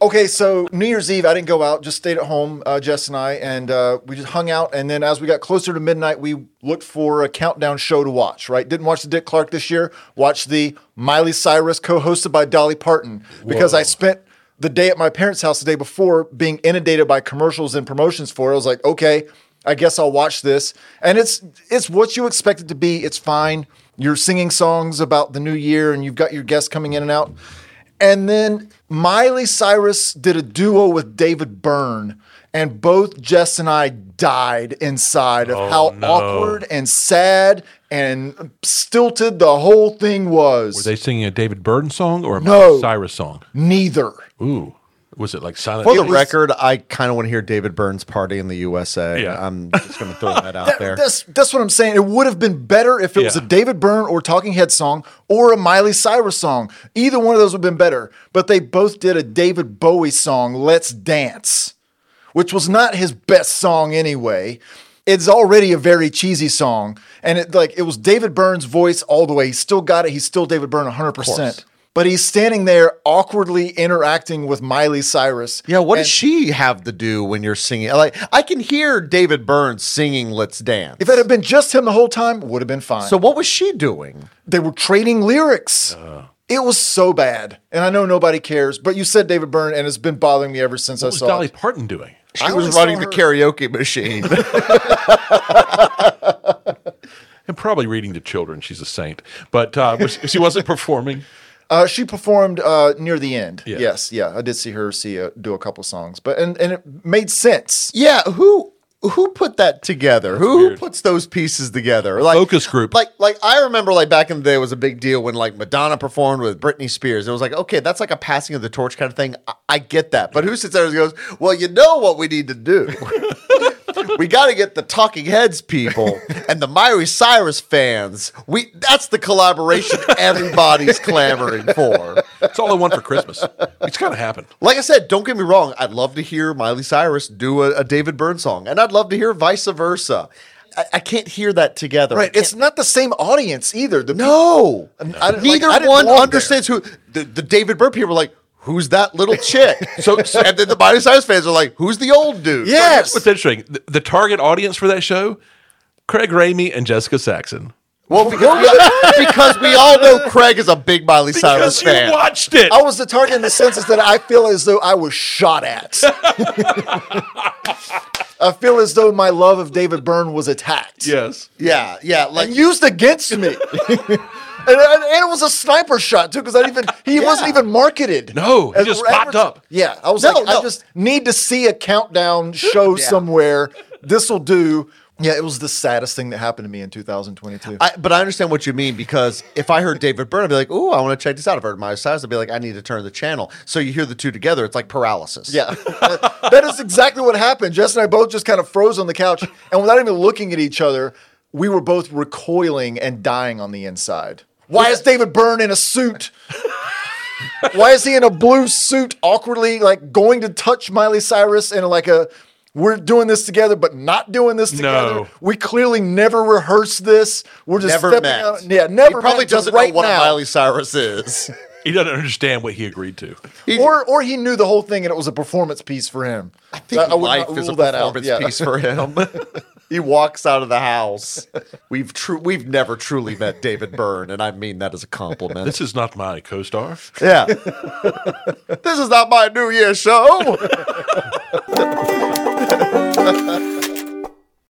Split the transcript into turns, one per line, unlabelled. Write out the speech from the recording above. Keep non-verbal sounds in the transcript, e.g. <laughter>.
Okay, so New Year's Eve, I didn't go out, just stayed at home, uh, Jess and I, and uh, we just hung out. And then as we got closer to midnight, we looked for a countdown show to watch, right? Didn't watch the Dick Clark this year, watched the Miley Cyrus co hosted by Dolly Parton because I spent the day at my parents' house the day before being inundated by commercials and promotions for it. I was like, okay, I guess I'll watch this. And it's it's what you expect it to be. It's fine. You're singing songs about the new year and you've got your guests coming in and out. And then Miley Cyrus did a duo with David Byrne, and both Jess and I died inside of how
Oh, no.
awkward and sad and stilted the whole thing was.
Were they singing a David Burton song or a
No.
Miley Cyrus song?
Neither.
Ooh, was it like Silent?
For the
It was-
record, I kind of want to hear David Burns party in the USA.
Yeah.
I'm just going to throw
<laughs>
that out there.
That's that's what I'm saying. It would have been better if it was a
Yeah.
David Byrne or Talking Head song or a Miley Cyrus song. Either one of those would have been better. But they both did a David Bowie song, Let's Dance, which was not his best song anyway. It's already a very cheesy song. And it like it was David Byrne's voice all the way. He still got it. He's still David Byrne 100 percent But he's standing there awkwardly interacting with Miley Cyrus.
Yeah, what does she have to do when you're singing? Like, I can hear David Burns singing "Let's Dance."
If it had been just him the whole time, would have been fine.
so, what was she doing?
they were trading lyrics.
Uh.
It was so bad, and I know nobody cares. But you said David Byrne, and it's been bothering me ever since I
What was
saw
Dolly
it.
Parton doing?
She
I only
was
saw
running the
her-
karaoke machine. <laughs>
And probably reading to children. She's a saint, but uh, was, she wasn't performing.
Uh, she performed uh, near the end.
Yeah.
Yes, yeah, I did see her see uh do a couple songs, but and and it made sense.
yeah, who who put that together? Who
weird.
puts those pieces together? Like
Focus group.
Like like I remember like back in the day it was a big deal when like Madonna performed with Britney Spears. It was like okay, that's like a passing of the torch kind of thing. I, I get that, but who sits there and goes, "Well, you know what we need to do." <laughs> we got to get the Talking
<laughs>
Heads people and the Miley Cyrus fans. We that's
<laughs>
the collaboration everybody's clamoring for.
That's all I want for Christmas. It's gonna happen.
Like I said, don't get me wrong. I'd love to hear Miley Cyrus do a, a David Byrne song, and I'd love to hear vice versa. I, I can't hear that together.
Right, it's not the same audience either. The
no.
I didn't-
Neither
like, I didn't
one
belong
understands who the, the David Byrne people are like. Who's that little chick?
So-
and then the Miley Cyrus fans are like, "Who's the old dude?"
Yes.
What's interesting? The, the target audience for that show: Craig Ramey and Jessica Saxon.
Well, because, because we all know Craig is a big Miley Cyrus
Because
fan.
you watched it.
I was the target in the sense is that I feel as though I was shot
<laughs>
at. I feel as though my love of David Byrne was attacked.
Yes.
Yeah, yeah. Like
and used against
<laughs>
me. and, and, and it was a sniper shot too, because I didn't even he wasn't even marketed.
No, he just
or adver-
popped up.
Yeah, I was
No,
like, I
no.
just need to see a
<laughs>
countdown show
Yeah.
somewhere. This will do. Yeah, it was the saddest thing that happened to me in 2022.
I, but I understand what you mean because if I heard David Byrne, I'd be like, "Ooh, I want to check this out." If I heard Miley Cyrus, I'd be like, "I need to turn the channel." So you hear the two together, it's like paralysis.
yeah, that is exactly what happened. Jess and I both just kind of froze on the couch, and without even looking at each other, we were both recoiling and dying on the inside. Why is David Byrne in a suit? Why is he in a blue suit, awkwardly like going to touch Miley Cyrus in like a we're doing this together, but not doing this together.
No.
We clearly never rehearsed this. We're just
never
stepping
met.
out. Yeah, never.
He probably
met till
doesn't
right
know what
now.
a Miley
<laughs>
Cyrus is.
He doesn't understand what he agreed to.
or or he knew the whole thing and it was a performance piece for him. I
think
would not
life is a
rule that out.
performance
Yeah. <laughs>
piece for him. <laughs> he walks out of the house. We've true. We've never truly met David Byrne, and I mean that as a compliment.
This is not
<laughs>
my co-star.
<laughs>
yeah. this is not my New Year show.